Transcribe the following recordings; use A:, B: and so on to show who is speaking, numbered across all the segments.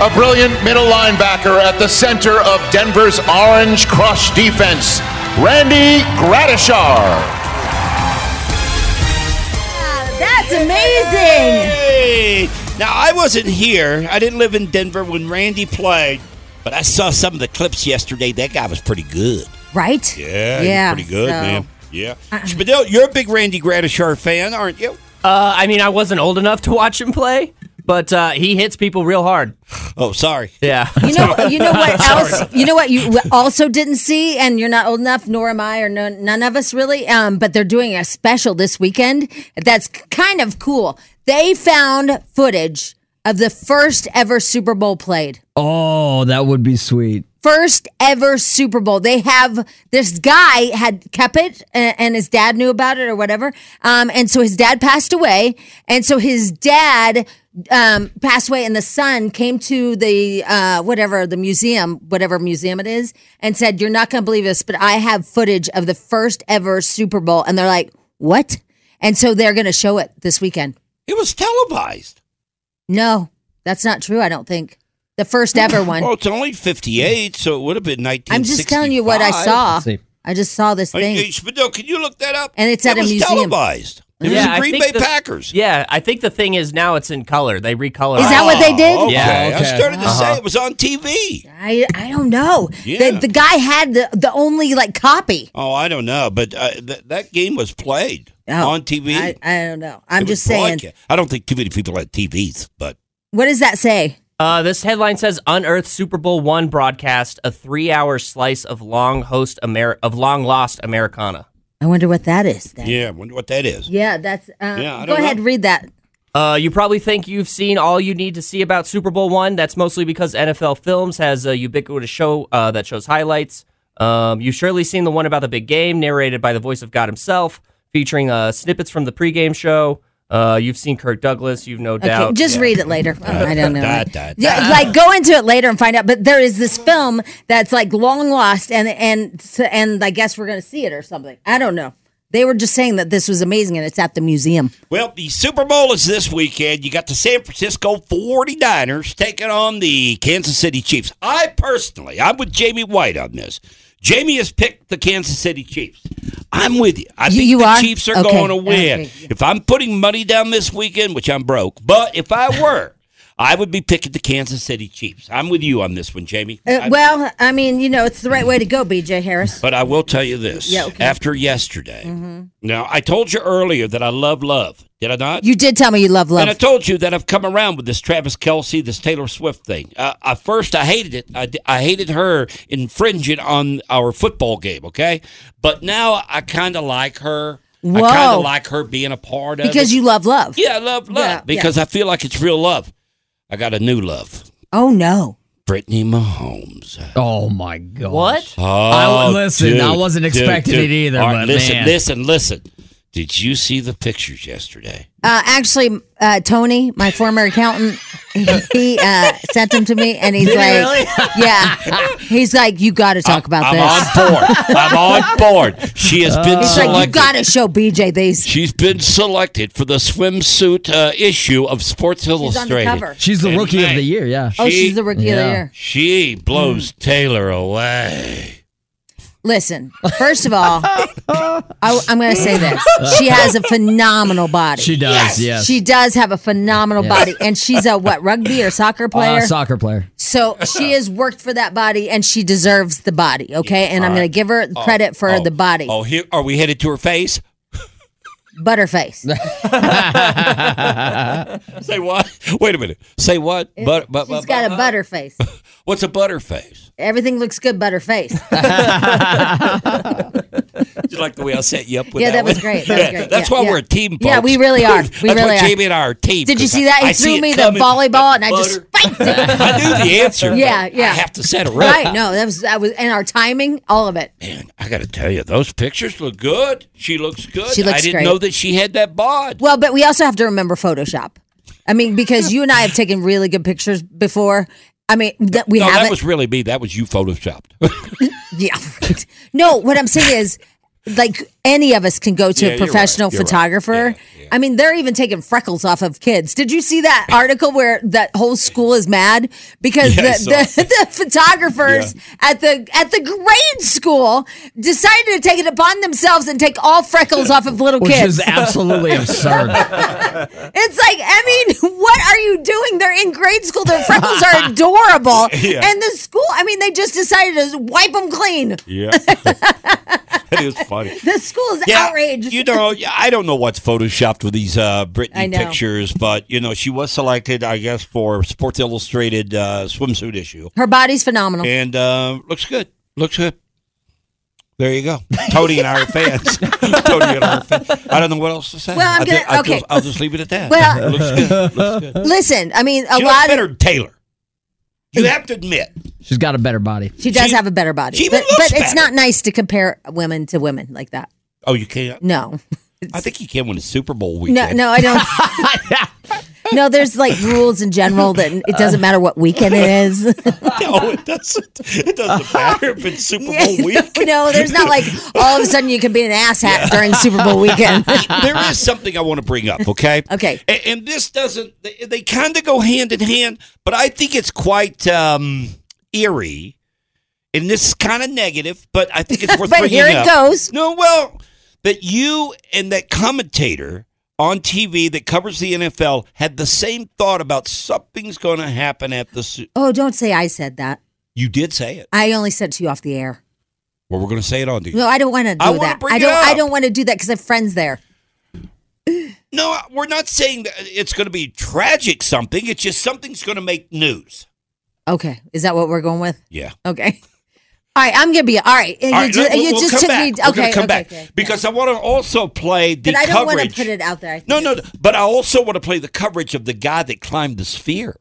A: A brilliant middle linebacker at the center of Denver's Orange Crush defense, Randy Gradishar.
B: That's amazing.
C: Hey! Now I wasn't here. I didn't live in Denver when Randy played, but I saw some of the clips yesterday. That guy was pretty good.
B: Right?
C: Yeah, he was pretty good,
B: so- Uh-uh.
C: man. Yeah. Spadil, you're a big Randy Gratishar fan, aren't you?
D: Uh, I mean, I wasn't old enough to watch him play, but uh, he hits people real hard.
C: Oh, sorry.
D: Yeah.
B: You know, you know what else? You know what you also didn't see, and you're not old enough, nor am I, or no, none of us really. Um, but they're doing a special this weekend. That's kind of cool. They found footage of the first ever Super Bowl played.
E: Oh, that would be sweet.
B: First ever Super Bowl. They have this guy had kept it, and, and his dad knew about it or whatever. Um, and so his dad passed away, and so his dad um, passed away, and the son came to the uh, whatever the museum, whatever museum it is, and said, "You're not going to believe this, but I have footage of the first ever Super Bowl." And they're like, "What?" And so they're going to show it this weekend.
C: It was televised.
B: No, that's not true. I don't think the first ever one.
C: Well, Oh, it's only 58, so it would have been 1965.
B: I'm just telling you what I saw.
E: Let's see.
B: I just saw this
C: Hey, hey,
B: thing.
C: Spadil, can you look that up?
B: And it's
C: That
B: at a
C: was
B: museum.
C: televised. It was
D: Yeah,
C: the
D: I
C: Green
D: think
C: Bay
D: the-
C: Packers.
D: Yeah, I think the thing is now it's in color. They recolor.
B: Is that what they did?
C: Okay.
D: Yeah,
C: I
E: okay.
C: started to
B: Uh-huh.
C: say it was on TV.
B: I I don't know.
C: Yeah.
B: The the guy had the the only like copy.
C: Oh, I don't know, but uh, th- that game was played
B: Oh,
C: on TV.
B: I, I don't know. I'm
C: It was
B: just saying.
C: broadcast. I don't think too many people had TVs, but
B: What does that say?
D: Uh, this headline says Unearth Super Bowl One broadcast a three-hour slice of long host Amer- of long lost Americana.
B: I wonder what that is. Then.
C: yeah, I wonder what that is.
B: Yeah, that's. Uh,
C: Yeah, I
B: go
C: don't
B: ahead,
C: know.
B: read that.
D: Uh, you probably think you've seen all you need to see about Super Bowl One. That's mostly because NFL Films has a ubiquitous show uh, that shows highlights. Um, you've surely seen the one about the big game, narrated by the voice of God himself, featuring uh, snippets from the pregame show. Uh, you've seen Kirk Douglas. You've no
B: Okay,
D: doubt.
B: just read it later. Oh, I don't know.
C: Da, da, da.
B: Yeah, like go into it later and find out. But there is this film that's like long lost, and and and I guess we're gonna see it or something. I don't know. They were just saying that this was amazing, and it's at the museum.
C: Well, the Super Bowl is this weekend. You got the San Francisco 49ers taking on the Kansas City Chiefs. I personally, I'm with Jamie White on this. Jamie has picked the Kansas City Chiefs. I'm with you. I
B: You-
C: think
B: you
C: the
B: are?
C: Chiefs are
B: Okay.
C: going to win.
B: Okay.
C: If I'm putting money down this weekend, which I'm broke, but if I were, I would be picking the Kansas City Chiefs. I'm with you on this one, Jamie.
B: Uh,
C: I-
B: well, I mean, you know, it's the right way to go, BJ Harris.
C: But I will tell you this.
B: Yeah, okay. Mm-hmm.
C: After yesterday. Now, I told you earlier that I love love. Did I not?
B: You did tell me you love
C: and I
B: love.
C: told you that I've come around with this Travis Kelsey, this Taylor Swift thing. Uh, at first, I hated it. I, d- I hated her infringing on our football game, okay? But now I kind of like her. I kind
B: Whoa.
C: of like her being a part of it.
B: Because you love love.
C: Yeah, I love love.
B: Yeah, yeah.
C: because I feel like it's real love. I got a new love.
B: Oh no.
C: Brittany Mahomes.
E: Oh my god.
D: What?
C: Oh,
E: I- listen, I wasn't expecting it either,
C: All right,
E: but
C: listen,
E: man.
C: listen, listen. Did you see the pictures yesterday?
B: Uh, actually, uh, Tony, my former accountant, he uh, sent them to me, and he's
E: Did he
B: like,
E: really?
B: "Yeah." He's like, "You got to talk about
C: I'm
B: this."
C: on board. I'm on board. She has been
B: He's
C: selected.
B: like, "You got to show BJ these."
C: She's been selected for the swimsuit uh, issue of Sports
B: She's on the
C: Illustrated.
B: cover.
E: She's the
C: And
E: rookie of
C: hey.
E: the year. Yeah.
B: Oh,
C: She-
B: she's the Hmm. rookie of the
E: Yeah.
B: year.
C: She blows Taylor away.
B: Listen, first of all, I, am going to say this: she has a phenomenal body.
E: She does. Yes.
B: She does have a phenomenal
E: Yes.
B: body, and she's a what rugby or soccer player.
E: Uh, soccer player.
B: So she has worked for that body, and she deserves the body. Okay, and I'm going to give her credit for
C: Oh,
B: the body.
C: Oh, here are we headed to her face?
B: Butterface.
C: Say what? Wait a minute. Say what? But but
B: She's got a butterface.
C: What's a butterface?
B: Everything looks good, butterface.
C: Did you like the way I set you up with
B: Yeah, that
C: one?
B: was great. That was great.
C: That's
B: Yeah,
C: why
B: yeah.
C: we're a team. Folks.
B: Yeah, we really are. We
C: That's
B: really
C: why
B: are.
C: Jamie and I are a team.
B: Did you
C: 'cause
B: see that? He
C: I
B: threw
C: it
B: me the
C: coming.
B: volleyball, and I just
C: Butter-
B: spiked it.
C: I knew the answer. but
B: Yeah, yeah.
C: I have to set her up.
B: right? No, that was that was, and our timing, all of it.
C: Man, I got to tell you, those pictures look good. She looks good.
B: She looks
C: I didn't
B: great.
C: know that she had that bod.
B: Well, but we also have to remember Photoshop. I mean, because you and I have taken really good pictures before. I mean, that we
C: no,
B: haven't.
C: that was really me. That was you photoshopped.
B: Yeah. right. No, what I'm saying is, like any of us can go to
C: Yeah,
B: a
C: you're
B: professional
C: right. You're right.
B: photographer. I mean, they're even taking freckles off of kids. Did you see that article where that whole school is mad because
C: Yeah, I
B: the, the, the photographers at the at the grade school decided to take it upon themselves and take all freckles off of little
E: Which
B: kids?
E: is absolutely absurd.
B: It's like, I mean, what are you doing? They're in grade school. Their freckles are adorable, and the school. I mean, they just decided to wipe them clean.
C: yeah, that is funny.
B: The school is outraged.
C: You know, yeah, I don't know what's photoshopped with these uh,
B: I
C: Britney
B: know.
C: pictures, but you know, she was selected, I guess, for Sports Illustrated uh, swimsuit issue,
B: Her body's phenomenal.
C: and uh, looks good. Looks good. There you go. Tony and I are fans. Tony and I are fans. I don't know what else to say.
B: Well, I'm
C: I ju-
B: gonna-
C: I
B: okay.
C: just- I'll just leave it at that.
B: Well-
C: looks good. Looks good.
B: Listen, I mean, a
C: She looks
B: lot
C: better
B: of
C: than Taylor. You have to admit.
E: She's got a better body.
B: she does
C: she-
B: have a better body,
C: she even
B: but,
C: looks
B: but it's
C: better.
B: not nice to compare women to women like that.
C: Oh, you can't.
B: No,
C: I think you can win a Super Bowl
B: no,
C: weekend.
B: no, I don't. no, there's like rules in general that it doesn't matter what weekend it is.
C: no, it doesn't. It doesn't matter if it's Super
B: Yeah,
C: Bowl weekend.
B: no, there's not like all of a sudden you can be an asshat during Super Bowl weekend.
C: there is something I want to bring up, okay?
B: Okay.
C: A- And, this doesn't, they, they kind of go hand in hand, but I think it's quite um, eerie. And this is kind of negative, but I think it's worth
B: But
C: bringing
B: here it
C: up.
B: goes.
C: No, well, that you and that commentator on TV that covers the NFL had the same thought about something's going to happen at the. Su-
B: oh, don't say I said that.
C: You did say it.
B: I only said to you off the air.
C: Well, we're going to say it on to you.
B: No, I don't want to do
C: wanna
B: that.
C: bring
B: I
C: it
B: don't. I
C: up.
B: don't want to do that because I have friends there.
C: No, we're not saying that it's going to be tragic something. It's just something's going to make news.
B: Okay, is that what we're going with?
C: Yeah.
B: Okay. All right, I'm gonna be all right. You
C: All right,
B: ju-
C: let- we'll-
B: you
C: we'll
B: just
C: come
B: took
C: back.
B: me.
C: We're gonna
B: Okay,
C: come
B: okay,
C: back
B: okay.
C: because I want to also play the
B: But I don't want to
C: coverage.
B: put it out there. I think
C: no, no,
B: it's-
C: no, but I also want to play the coverage of the guy that climbed the sphere.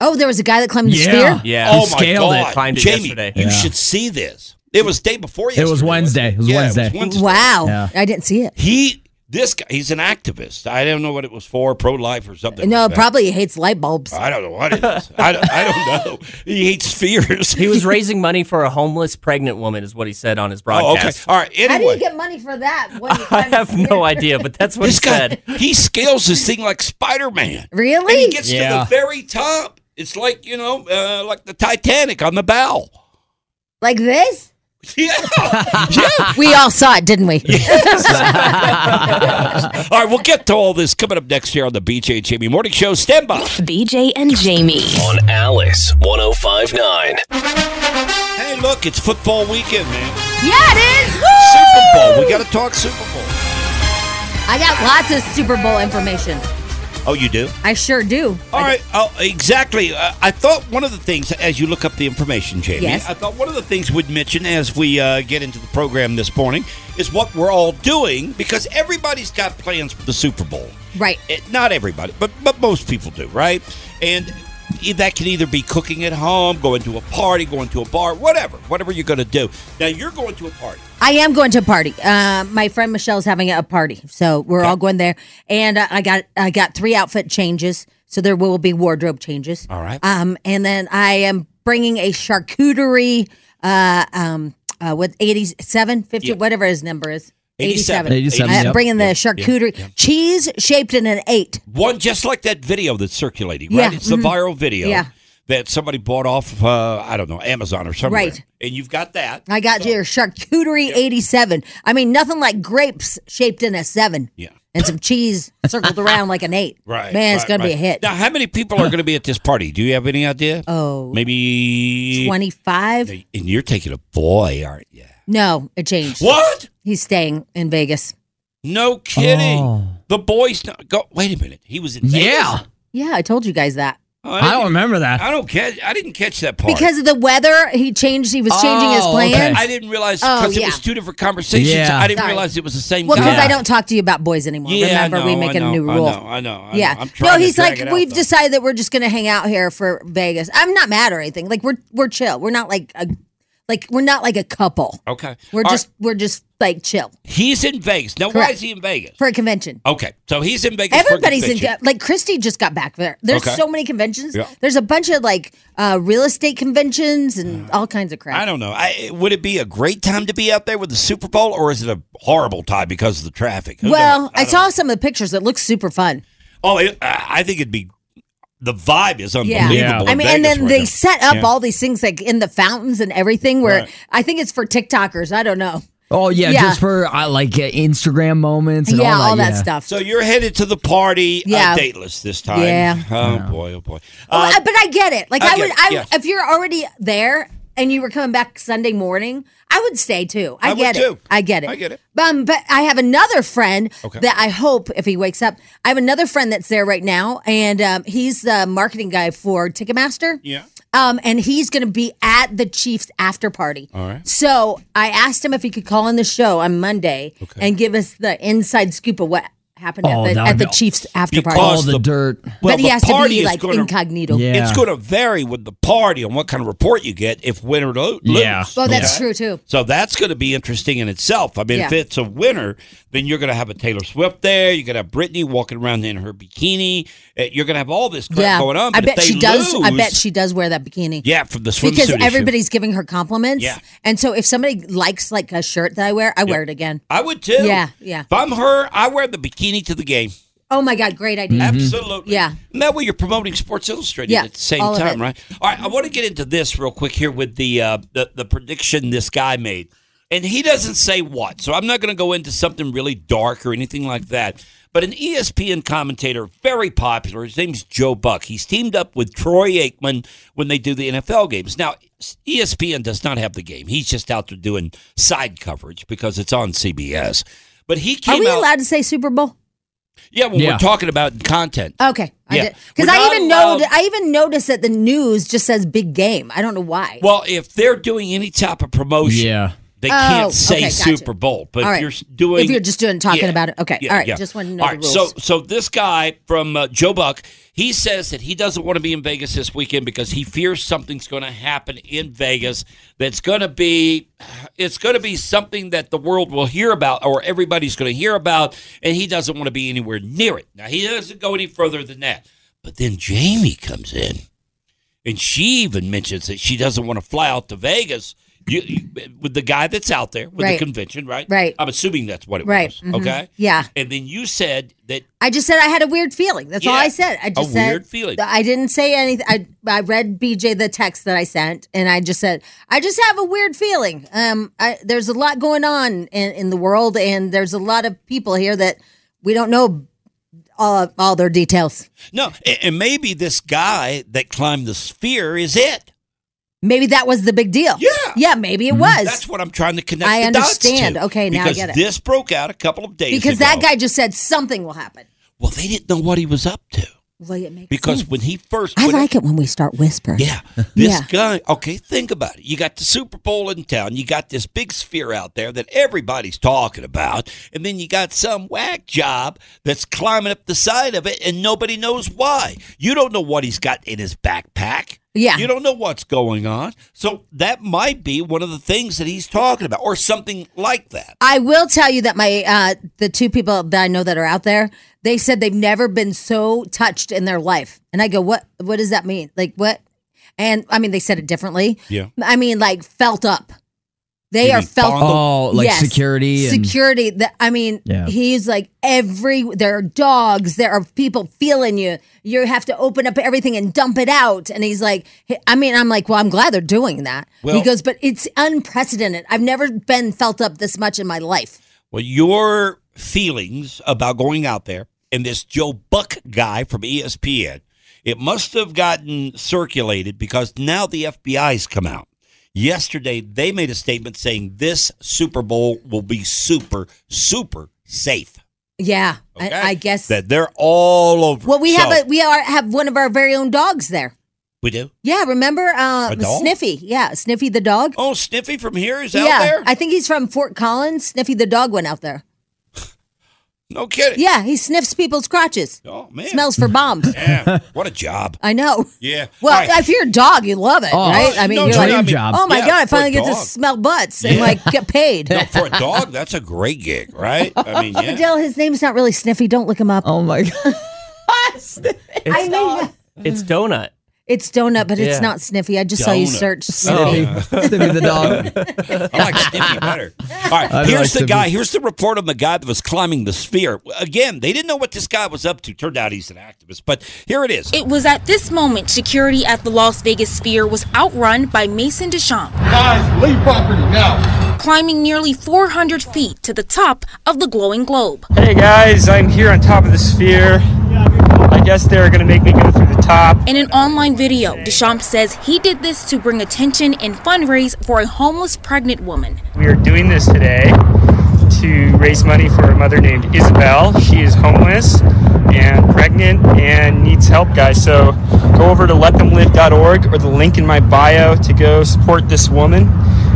B: Oh, there was a guy that climbed the
E: Yeah.
B: sphere.
D: Yeah.
C: oh my
E: scaled
C: God,
D: it, climbed it
C: Jamie,
D: yesterday.
C: you
E: Yeah.
C: should see this. It was day before yesterday.
E: was
C: wasn't
E: Wednesday. It was
C: Yeah,
E: Wednesday.
B: Wow,
E: Yeah.
B: I didn't see it.
C: He, this guy, he's an activist. I don't know what it was for, pro life or something.
B: No,
C: like that.
B: probably he hates light bulbs.
C: I don't know what it is. I don't, I don't know. He hates spheres.
D: He was raising money for a homeless pregnant woman, is what he said on his
C: Oh, okay.
D: broadcast.
C: All right. Anyway.
B: How do you get money for that? When you
D: I
B: climb a
D: have no
B: sphere?
D: idea, but that's what he
C: This guy,
D: said.
C: he scales this thing like Spider Man. And
B: Really?
C: he gets to
E: Yeah.
C: the very top. It's like, you know, uh, like the Titanic on the bow.
B: like this?
C: Yeah.
B: We all saw it, didn't we?
C: all right, we'll get to all this coming up next here on the BJ and Jamie Morning Show. Stand by.
F: BJ and Jamie.
G: on Alice 1059.
C: Hey, look, it's football weekend, man.
B: Yeah, it is. Woo!
C: Super Bowl. We got to talk Super Bowl.
B: I got lots of Super Bowl information.
C: Oh, you do?
B: I sure do.
C: All right, oh, exactly. Uh, I thought one of the things, as you look up the information, Jamie,
B: Yes.
C: I thought one of the things we'd mention as we uh, get into the program this morning is what we're all doing because everybody's got plans for the Super Bowl.
B: Right.
C: It, Eh, not everybody, but but most people do, right? And e- that can either be cooking at home, going to a party, going to a bar, whatever, whatever you're going to do. Now you're going to a party.
B: I am going to a party. Uh, my friend Michelle's having a party, so we're all going there. And uh, I got I got three outfit changes. So there will be wardrobe changes.
C: All right.
B: Um, and then I am bringing a charcuterie. Uh, um, uh, what 87, 50,
C: Yeah.
B: whatever his number is.
C: 87.
E: 87,
B: I'm
E: yep.
B: bringing the charcuterie cheese shaped in an eight.
C: One just like that video that's circulating,
B: Yeah,
C: right? It's a
B: mhm.
C: viral video
B: Yeah.
C: that somebody bought off, uh, I don't know, Amazon or somewhere.
B: Right.
C: And you've got that.
B: I got your charcuterie 87. I mean, nothing like grapes shaped in a seven.
C: Yeah.
B: And some cheese circled around like an eight.
C: Right.
B: Man, it's
C: right,
B: going to be a
C: right.
B: hit.
C: Now, how many people are going to be at this party? Do you have any idea?
B: Oh,
C: Maybe
B: 25?
C: And you're taking a boy, aren't you?
B: No, it changed.
C: What?
B: He's staying in Vegas.
C: No kidding.
E: Oh.
C: The boy's not. Go, wait a minute. He was in. Vegas?
E: Yeah.
B: Yeah, I told you guys that.
C: Oh, I,
E: I don't
C: didn't,
E: remember that.
C: I don't catch. I didn't catch that part
B: Because of the weather, he changed. He was changing his
E: Oh,
B: plans.
E: okay.
C: I didn't realize
B: Oh,
C: because it
B: yeah.
C: was two different conversations.
E: Yeah.
C: I didn't
B: Sorry.
C: realize it was the same.
B: Well,
C: guy.
B: because I don't talk to you about boys anymore.
C: Yeah, I
B: Remember, we
C: know,
B: make
C: I
B: a
C: know,
B: new
C: I
B: rule.
C: know, I know, I know.
B: yeah.
C: I'm trying
B: no,
C: to
B: he's
C: drag
B: like,
C: it out,
B: we've
C: though.
B: decided that we're just going to hang out here for Vegas. I'm not mad or anything. Like we're we're chill. We're not like a like we're not like a couple.
C: Okay.
B: We're
C: All
B: just we're just like chill
C: He's in Vegas. Now, why
B: Correct.
C: is he in Vegas?
B: for a convention.
C: Okay, so he's in Vegas.
B: Everybody's
C: for a
B: in
C: convention.
B: like Christy just got back there. There's
C: Okay.
B: so many conventions.
C: Yeah.
B: There's a bunch of like uh, real estate conventions and all kinds of crap.
C: I don't know. I, would it be a great time to be out there with the Super Bowl, or is it a horrible time because of the traffic? Who knows?
B: well, I,
C: don't
B: saw some of the pictures. It looks super fun.
C: Oh, it, I I think it'd be. The vibe is
B: Yeah.
C: unbelievable. in
B: I mean, and
C: Vegas
B: then
C: right
B: they
C: now.
B: set up
C: Yeah.
B: all these things like in the fountains and everything where
C: Right.
B: I think it's for TikTokers. I don't know.
E: Oh yeah,
B: Yeah.
E: just for I like uh, Instagram moments and
B: yeah,
E: all that,
B: all that
E: yeah.
B: stuff.
C: So you're headed to the party,
B: Yeah.
C: uh, dateless this time.
B: Yeah.
C: Oh boy, oh boy.
B: Well,
C: Uh,
B: I- but I get it. Like
C: I
B: I,
C: get
B: would,
C: it,
B: I
C: yes.
B: if you're already there and you were coming back Sunday morning, I would stay too. I,
C: I would
B: get it.
C: too.
B: I get it.
C: I get it.
B: Um, but I have another friend
C: Okay.
B: that I hope if he wakes up, I have another friend that's there right now, and um, he's the marketing guy for Ticketmaster.
C: yeah.
B: Um, and he's going to be at the Chiefs after party. All
C: right.
B: So I asked him if he could call on the show on Monday and give us the inside scoop of what happened
E: Oh,
B: at the,
E: that
B: at
E: would
B: the
E: be-
B: Chiefs after party.
C: Because-
E: All the,
C: The-
E: dirt.
C: Well,
B: but he
C: the
B: has to
C: party
B: be
C: is
B: like
C: gonna-
B: incognito.
E: Yeah.
C: It's going to vary with the party on what kind of report you get if win or lo- lose.
E: Yeah.
B: Well, that's
C: Okay?
B: true too.
C: So that's going to be interesting in itself. I mean, if
B: Yeah.
C: it's a winner, then you're going to have a Taylor Swift there. You're going to have Britney walking around in her bikini. Uh, You're going to have all this crap
B: Yeah,
C: going on.
B: I
C: But
B: bet
C: if they
B: she does. I
C: lose-
B: bet she does wear that bikini.
C: Yeah, from the swimsuit.
B: because
C: issue.
B: everybody's giving her compliments.
C: Yeah.
B: and so if somebody likes like a shirt that I wear, I wear it again.
C: I would too.
B: Yeah, yeah.
C: If I'm her, I wear the bikini to the game.
B: Oh my god, great
C: Mm.
B: idea!
C: Absolutely.
B: Yeah.
C: And that way you're promoting Sports Illustrated
B: Yeah,
C: at the same
B: all of
C: time,
B: it.
C: right? All right. I want to get into this real quick here with the uh, the, the prediction this guy made, and he doesn't say what, so I'm not going to go into something really dark or anything like that. But an E ESPN commentator, very popular, his name's Joe Buck. He's teamed up with Troy Aikman when they do the NFL games. Now, E ESPN does not have the game; he's just out there doing side coverage because it's on CBS. But he came
B: Are we
C: out,
B: allowed to say Super Bowl?
C: yeah, when
E: Yeah.
C: we're talking about content.
B: Okay,
C: Yeah.
B: because
C: We're
B: I
C: not
B: even
C: allowed-
B: know I even noticed that the news just says big game. I don't know why.
C: Well, if they're doing any type of promotion,
E: Yeah.
C: they
B: Oh,
C: can't say
B: okay, gotcha.
C: Super Bowl. But
B: All
C: if
B: right.
C: you're s- doing,
B: If you're just doing- talking about it, okay. All right, just wanted to
C: one.
B: know the rules.
C: So, so this guy from uh, Joe Buck, he says that he doesn't want to be in Vegas this weekend because he fears something's going to happen in Vegas that's going to be, it's going to be something that the world will hear about or everybody's going to hear about, and he doesn't want to be anywhere near it. Now he doesn't go any further than that. But then Jamie comes in. And she even mentions that she doesn't want to fly out to Vegas you, you- with the guy that's out there with
B: Right.
C: the convention, right?
B: Right.
C: I'm assuming that's what it
B: Right.
C: was.
B: Mhm.
C: Okay.
B: Yeah.
C: And then you said that
B: I just said I had a weird feeling. That's all
C: Yeah.
B: I said. I
C: A
B: just said
C: weird feeling.
B: I didn't say anything. I I read BJ the text that I sent, and I just said I just have a weird feeling. Um, I, there's a lot going on in, in the world, and there's a lot of people here that we don't know all all their details.
C: no, and, and maybe this guy that climbed the sphere is it.
B: Maybe that was the big deal.
C: Yeah. Mm-hmm.
B: yeah, maybe it was.
C: That's what I'm trying to connect.
B: I
C: the dots to,
B: understand. Okay, now I
C: because
B: get it.
C: This broke out a couple of days
B: because
C: ago.
B: that guy just said something will happen.
C: Well, they didn't know what he was up to
B: Well, it makes
C: because
B: sense.
C: when he first
B: Hmm. I
C: went
B: like it when we start whispering.
C: Yeah. This
B: Yeah.
C: guy, okay, think about it. You got the Super Bowl in town. You got this big sphere out there that everybody's talking about. And then you got some whack job that's climbing up the side of it and nobody knows why. You don't know what he's got in his backpack.
B: Yeah.
C: You don't know what's going on. So that might be one of the things that he's talking about or something like that.
B: I will tell you that my uh, the two people that I know that are out there, they said they've never been so touched in their life. And I go, what What does that mean? Like what? And I mean, they said it differently.
C: Yeah.
B: I mean, like felt up. They
C: You
B: are
C: mean
B: felt
C: fondled?
E: Oh, like
B: Yes.
E: security. And,
B: security. That I mean,
E: Yeah.
B: he's like every there are dogs, there are people feeling you. You have to open up everything and dump it out. And he's like, I mean, I'm like, well, I'm glad they're doing that.
C: Well-
B: he goes, but it's unprecedented. I've never been felt up this much in my life.
C: Well, your feelings about going out there and this Joe Buck guy from E ESPN, it must have gotten circulated because now the FBI's come out. Yesterday, they made a statement saying this Super Bowl will be super, super safe.
B: Yeah,
C: Okay?
B: I, I guess.
C: that they're all over.
B: well, we
C: So-
B: have a we are have one of our very own dogs there.
C: we do.
B: Yeah, remember uh,
C: A dog?
B: Sniffy? Yeah, Sniffy the dog.
C: Oh, Sniffy from here is
B: yeah,
C: out there.
B: I think he's from Fort Collins. Sniffy the dog went out there.
C: no kidding.
B: Yeah, he sniffs people's crotches.
C: Oh man.
B: Smells for bombs.
C: Yeah. What a job.
B: I know.
C: Yeah.
B: Well,
C: All right.
B: if you're a dog, you love it,
E: Oh,
B: right? I mean,
C: no,
B: you're
C: no,
B: like,
E: no, I mean-
B: oh my
C: Yeah,
B: god, I
C: for
B: finally
C: a
B: get to
C: dog.
B: smell butts and
C: Yeah.
B: like get paid.
C: No, for a dog, that's a great gig, right? I mean, yeah.
B: Adele, his name's not really Sniffy. Don't look him up.
E: oh my god.
D: It's,
B: I mean,
D: it's donut.
B: it's donut, but it's
D: Yeah.
B: not Sniffy. I just saw you
C: Donut. Oh.
B: search Sniffy.
E: Snippy. Snippy the dog.
C: I like Snippy better. All right,
E: like
C: here's the
E: Snippy.
C: guy. Here's the report on the guy that was climbing the sphere. Again, they didn't know what this guy was up to. Turned out he's an activist, but here it is.
F: It was at this moment security at the Las Vegas Sphere was outrun by Mason Deschamps. Guys, leave property now. Climbing nearly 400 feet to the top of the glowing globe.
H: Hey guys, I'm here on top of the sphere. I guess they're gonna make me go through the top.
F: In an online video, Deschamps says he did this to bring attention and fundraise for a homeless pregnant woman.
H: We are doing this today to raise money for a mother named Isabel. She is homeless and pregnant and needs help, guys. So go over to letthemlive.org or the link in my bio to go support this woman.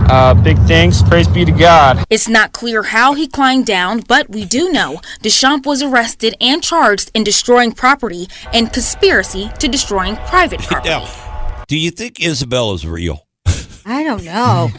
H: Uh, big thanks. Praise be to God.
F: It's not clear how he climbed down, but we do know Deschamps was arrested and charged in destroying property and conspiracy to destroying private property.
C: Now, do you think Isabel is real?
B: I don't know.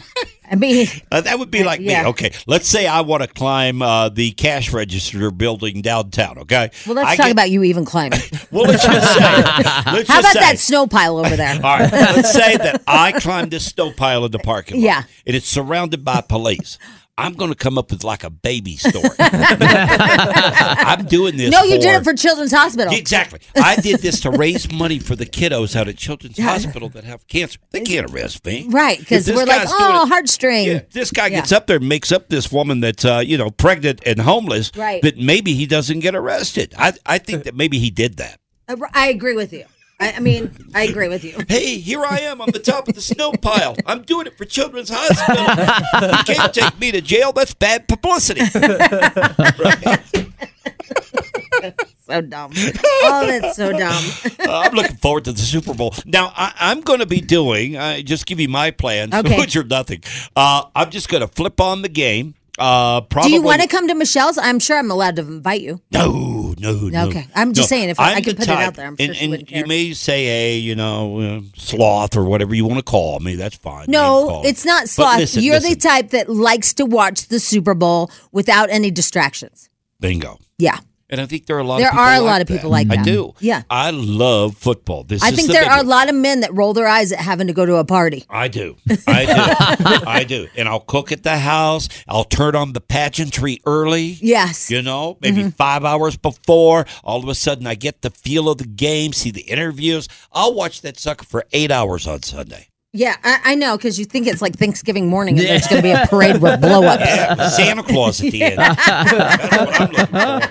B: I mean,
C: Uh, that would be like
B: yeah.
C: me. Okay, let's say I want to climb uh, the cash register building downtown. Okay.
B: well, let's
C: I
B: talk
C: get-
B: about you even climbing.
C: Well, let's just say. let's
B: How
C: just
B: about
C: say-
B: that snow pile over there?
C: All right, let's say that I climbed this snow pile in the parking lot.
B: Yeah.
C: And it's surrounded by police. I'm going to come up with like a baby story. I'm doing this.
B: No, you did it for Children's Hospital.
C: Exactly. I did this to raise money for the kiddos out at Children's Hospital that have cancer. They can't arrest me.
B: Right,
C: If
B: because
C: this
B: we're like,
C: guy's doing
B: oh,
C: it-
B: heartstring.
C: Yeah, if this guy gets up there and makes up this woman that's uh, you know pregnant and homeless.
B: Right.
C: That maybe he doesn't get arrested. I I think that maybe he did that.
B: I- Uh, I agree with you. I, I mean, I agree with you.
C: Hey, here I am on the top of the snow pile. I'm doing it for Children's Hospital. You can't take me to jail. That's bad publicity. Uh,
B: So dumb. Oh, that's so dumb.
C: Uh, I'm looking forward to the Super Bowl. Now, I, I'm going to be doing, uh, just give you my plans,
B: Okay.
C: which are nothing. Uh, I'm just going to flip on the game. Uh, probably,
B: Do you want to come to Michelle's? I'm sure I'm allowed to invite you.
C: No, no, no.
B: Okay. I'm just saying, if I- I could
C: the
B: put it out there, I'm sure
C: and,
B: she
C: and
B: wouldn't
C: you
B: care.
C: may say, hey, you know, uh, sloth or whatever you want to call me. That's fine. You can
B: No,
C: call me.
B: it's not
C: But
B: sloth.
C: listen,
B: You're the
C: listen.
B: type that likes to watch the Super Bowl without any distractions.
C: Bingo.
B: Yeah.
C: And I think there are a lot.
B: There
C: of people
B: are a
C: like
B: lot of people like
C: I
B: that.
C: do.
B: Yeah.
C: I love football. This
B: I
C: is
B: think
C: the
B: there
C: big
B: are a
C: one.
B: lot of men that roll their eyes at having to go to a party.
C: I do. I do. I do. And I'll cook at the house. I'll turn on the pageantry early.
B: Yes. Mm-hmm.
C: You know, maybe five hours before. All of a sudden, I get the feel of the game, see the interviews. I'll watch that sucker for eight hours on Sunday.
B: Yeah, I, I know, because you think it's like Thanksgiving morning and there's going to be a parade with blow ups.
C: Yeah, with Santa Claus at the end. That's what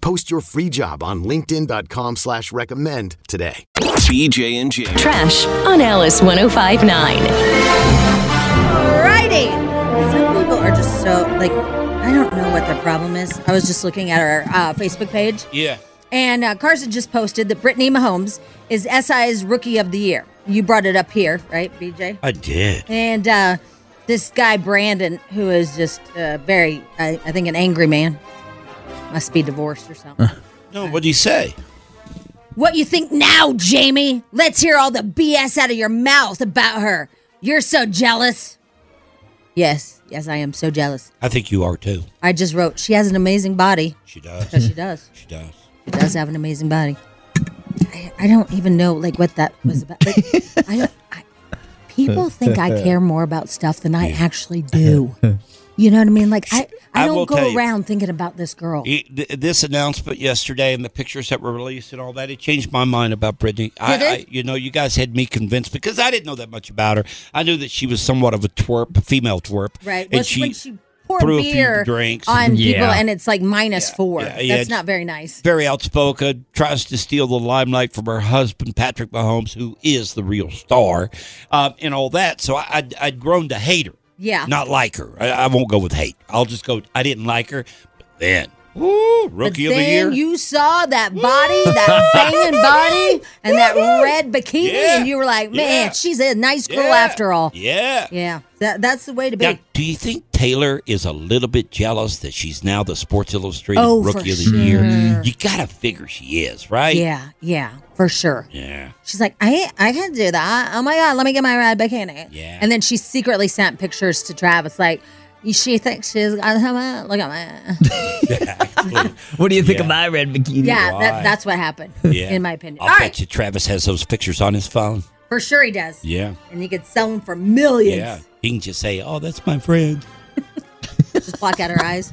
I: Post your free job on linkedin.com/recommend slash recommend today.
G: BJ and Jamie.
J: Trash on Alice 1059.
B: Alrighty. Some people are just so like I don't know what their problem is. I was just looking at our uh, Facebook page,
C: Yeah.
B: and uh, Carson just posted that Brittany Mahomes is SI's Rookie of the Year. You brought it up here, right, BJ?
C: I did.
B: And uh, this guy Brandon, who is just uh, very, I, I think, an angry man, must be divorced or something.
C: No, what do you say?
B: What you think now, Jamie? Let's hear all the BS out of your mouth about her. You're so jealous. Yes, yes, I am so jealous.
C: I think you are too.
B: I just wrote, she has an amazing body.
C: She does.
B: Because she does.
C: She does.
B: She does have an amazing body. I, I don't even know like what that was about. Like, I don't. I, people think I care more about stuff than I actually do. You know what I mean? Like I, I,
C: I will
B: don't
C: tell
B: go
C: you.
B: around thinking about this girl.
C: It- th- this announcement yesterday and the pictures that were released and all that, it changed my mind about Brittany. I,
B: Did it?
C: I, you know, you guys had me convinced because I didn't know that much about her. I knew that she was somewhat of a twerp, a female twerp.
B: Right?
C: And
B: Well,
C: she,
B: when she poured
C: threw a few
B: beer
C: drinks
B: on
C: and-
B: people,
C: Yeah.
B: and it's like minus four.
C: yeah, yeah,
B: That's
C: it's-
B: not very nice.
C: very outspoken, tries to steal the limelight from her husband, Patrick Mahomes, who is the real star, um, and all that. So I, I'd, I'd grown to hate her.
B: Yeah.
C: Not like her. I, I won't go with hate. I'll just go, I didn't like her. But then, woo, rookie
B: but
C: of the
B: then
C: year.
B: you saw that body, that banging body, and that red bikini,
C: Yeah.
B: and you were like, "Man,
C: Yeah.
B: she's a nice girl
C: Yeah.
B: after all."
C: yeah.
B: Yeah, that, that's the way to be.
C: Now, do you think Taylor is a little bit jealous that she's now the Sports Illustrated
B: Oh, for
C: Rookie of the
B: sure.
C: Year? You gotta figure she is, right?
B: Yeah, yeah, for sure.
C: Yeah.
B: She's like, I I can do that. Oh my god, let me get my red bikini.
C: Yeah.
B: And then she secretly sent pictures to Travis, like, she thinks she's gonna come out. Look at that.
E: What do you think of my red bikini?
B: Yeah,
C: Why?
B: that, that's what happened,
C: Yeah.
B: in my opinion.
C: I'll
B: All
C: bet
B: right,
C: you Travis has those pictures on his phone.
B: for sure he does.
C: Yeah.
B: And you could sell them for millions.
C: Yeah. He can just say, Oh, that's my friend.
B: Just block out her eyes.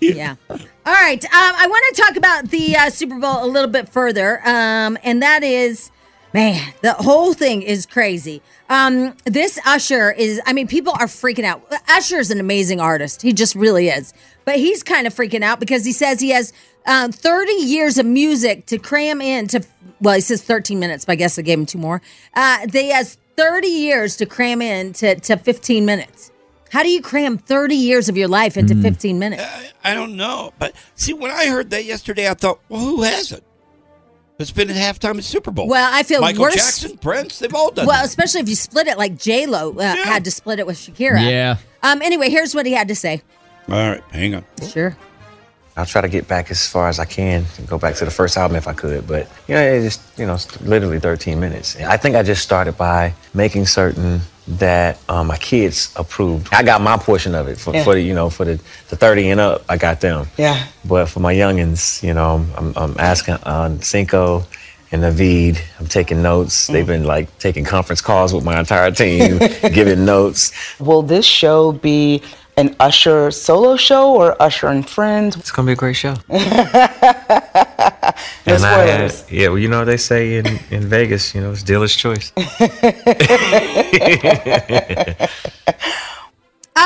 B: Yeah. All right. Um, I want to talk about the uh, Super Bowl a little bit further, um, and that is, man, the whole thing is crazy. Um, this Usher is. I mean, people are freaking out. Usher is an amazing artist. He just really is. But he's kind of freaking out because he says he has um, 30 years of music to cram in to. Well, he says 13 minutes, but I guess they gave him two more. Uh, they has 30 years to cram in to, to 15 minutes. How do you cram 30 years of your life into 15 minutes?
C: I don't know. But see, when I heard that yesterday, I thought, Well, who has it? It's been at halftime at Super Bowl.
B: Well, I feel
C: Michael
B: worse-
C: Jackson, Prince, they've all done
B: Well,
C: that.
B: especially if you split it like J Lo uh, had to split it with Shakira.
K: Yeah.
B: Um. Anyway, here's what he had to say.
C: All right, hang on.
B: Sure.
K: I'll try to get back as far as I can and go back to the first album if I could, but you know, it's just, you know, it's literally 13 minutes. And I think I just started by making certain that um, my kids approved. I got my portion of it for,
L: Yeah.
K: for the, you know, for the, the 30 and up, I got them.
L: Yeah.
K: But for my youngins, you know, I'm, I'm asking on Cinco and Navid. I'm taking notes. They've
L: Mm.
K: been like taking conference calls with my entire team, giving notes.
L: Will this show be an Usher solo show or Usher and Friends? It's
K: gonna be a great show.
L: No
K: And I had-
L: spoilers.
K: yeah, well, you know what they say in, in Vegas, you know, it's dealer's choice.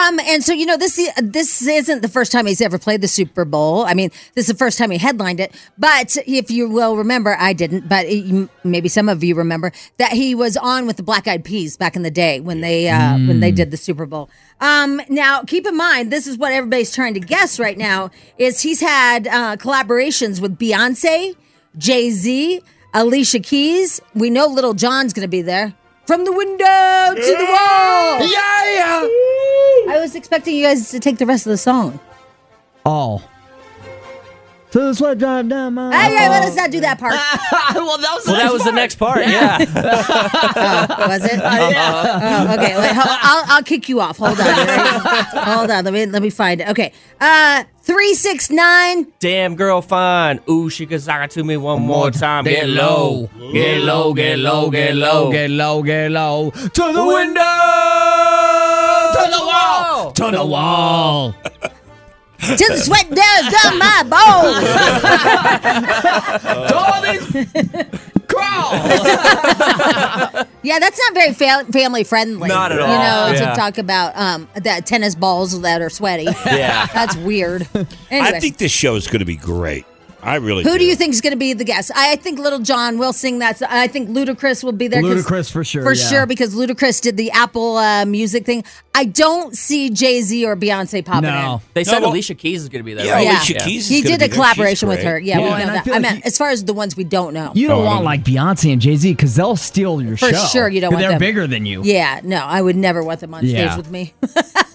B: Um, and so you know this i- this isn't the first time he's ever played the Super Bowl. I mean, this is the first time he headlined it. But if you will remember, I didn't, but it, you- maybe some of you remember that he was on with the Black Eyed Peas back in the day when they uh, when they
M: Mm.
B: did the Super Bowl. Um, now keep in mind, this is what everybody's trying to guess right now is he's had uh, collaborations with Beyonce, Jay Z, Alicia Keys. We know Little John's going to be there. From the window to the wall.
M: Yeah.
B: I was expecting you guys to take the rest of the song.
E: All. To the sled drive down my.
B: Hey, hey, let's not do that part. well, that was
D: Well, that was the next part. Yeah.
B: was it? Oh, okay, wait, ho- I'll, I'll kick you off. Hold on, all right? hold on. Let me let me find it. Okay, uh, three six nine.
D: Damn girl, fine. Ooh, she could suck it to me one more time. Get low. Get low, get low, get low.
M: Get low, get low. To the
D: Window
M: window. To the wall. To the wall.
B: Till the sweat does down my bones. yeah, that's not very fa- family friendly.
M: Not at
B: You
M: all.
B: know,
M: Yeah.
B: to talk about um, that tennis balls that are sweaty.
C: Yeah.
B: that's weird. Anyway.
C: I think this show is going to be great. I really
B: Who do you think is going to be the guest? I think Little John will sing that. so- I think Ludacris will be there. 'cause-
E: Ludacris for sure,
B: For
E: yeah.
B: sure, because Ludacris did the Apple uh, music thing. I don't see Jay Z or Beyonce popping
E: Oh,
B: in.
D: They said
B: No, well-
D: Alicia Keys is going to be there.
B: Yeah,
D: right?
B: he did a collaboration with her. Yeah, we know that. I meant as far as the ones we don't know.
E: You don't
D: Oh,
E: want like Beyonce and Jay Z because they'll steal your
B: For
E: show.
B: sure you don't want
E: They're
B: them.
E: bigger than you.
B: Yeah, no, I would never want them on stage
E: Yeah.
B: with me.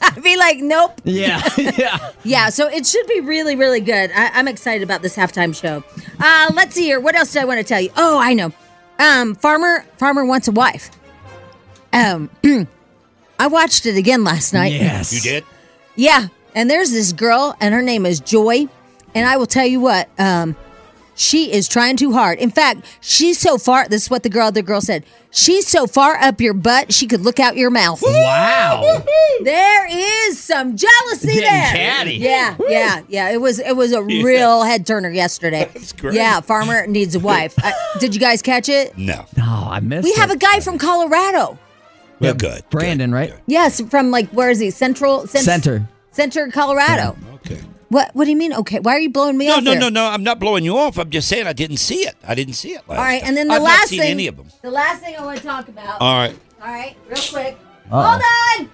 B: I'd be like, nope.
E: Yeah. yeah.
B: Yeah, so it should be really, really good. I- I'm excited about this halftime show. Uh, let's see here. What else did I want to tell you? Oh, I know. Um, farmer, farmer wants a wife. Um, I watched it again last night.
C: You did?
B: Yeah, and there's this girl, and her name is Joy. And I will tell you what, um, she is trying too hard. In fact, she's so far. This is what the girl, the girl said. She's so far up your butt, she could look out your mouth.
M: Wow.
B: There is some jealousy
M: Getting
B: there.
M: catty.
B: Yeah, yeah, yeah. It was it was a
M: Yeah.
B: real head turner yesterday. That's
M: great.
B: Yeah, farmer needs a wife. uh, did you guys catch it?
C: No.
E: No, Oh, I missed
B: We
E: it.
B: have a guy from Colorado.
C: Well, good.
E: Brandon, right?
B: Yes, from like where is he? Central cent-
E: Center.
B: Center Colorado.
C: Okay.
B: What What do you mean? Okay, why are you blowing me
C: No,
B: off?
C: no,
B: there?
C: no, no. I'm not blowing you off. I'm just saying I didn't see it. I didn't see it last
B: All right,
C: time.
B: and then the
C: I've
B: last
C: not seen
B: thing.
C: any of them.
B: The last thing I want to talk about.
C: All right.
B: All right, real quick.
C: Uh-oh.
B: Hold on.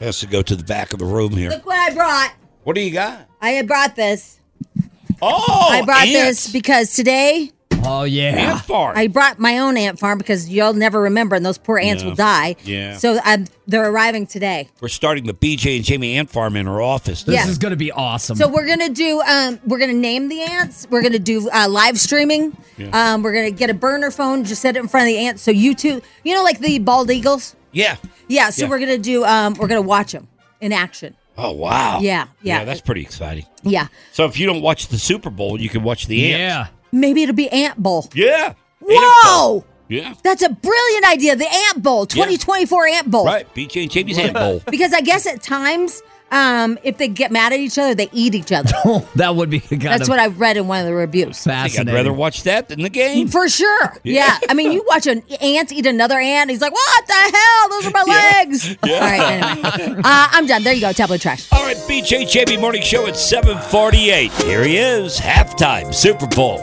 C: Has to go to the back of the room here.
B: Look what I brought.
C: What do you got?
B: I had brought this.
C: Oh,
B: I brought
C: ants.
B: this because today
E: Oh yeah.
C: Ant farm.
B: I brought my own ant farm because you'll never remember, and those poor ants
C: No.
B: will die.
C: Yeah.
B: So I'm, they're arriving today.
C: We're starting the BJ and Jamie Ant Farm in her office.
B: This Yeah. is
E: gonna be awesome.
B: So we're gonna do. Um, we're gonna name the ants. We're gonna do uh, live streaming.
C: Yeah.
B: Um, we're gonna get a burner phone, just set it in front of the ants, so you two, you know, like the bald eagles.
C: yeah.
B: Yeah. So we're gonna do. Um, we're gonna watch them in action.
C: Oh wow.
B: Yeah, yeah.
C: Yeah, that's pretty exciting.
B: Yeah.
C: So if you don't watch the Super Bowl, you can watch the ants.
B: Maybe it'll be Ant Bowl.
C: Yeah. Yeah.
B: Whoa!
C: Yeah.
B: That's a brilliant idea. The Ant Bowl, 2024 Ant Bowl.
C: Right. BJ and Jamie's Ant Bowl.
B: Because I guess at times, um, if they get mad at each other, they eat each other.
E: that would be kind
B: That's
E: of
B: what I read in one of the reviews.
C: I think I'd rather watch that than the game.
B: For sure.
C: Yeah.
B: Yeah. I mean, you watch an ant eat another ant. He's like, what the hell? Those are my legs.
C: Yeah.
B: All right. Anyway. Uh, I'm done. There you go. Tablet trash.
C: All right, BJ Jamie Morning Show at 748. Here he is, halftime Super Bowl.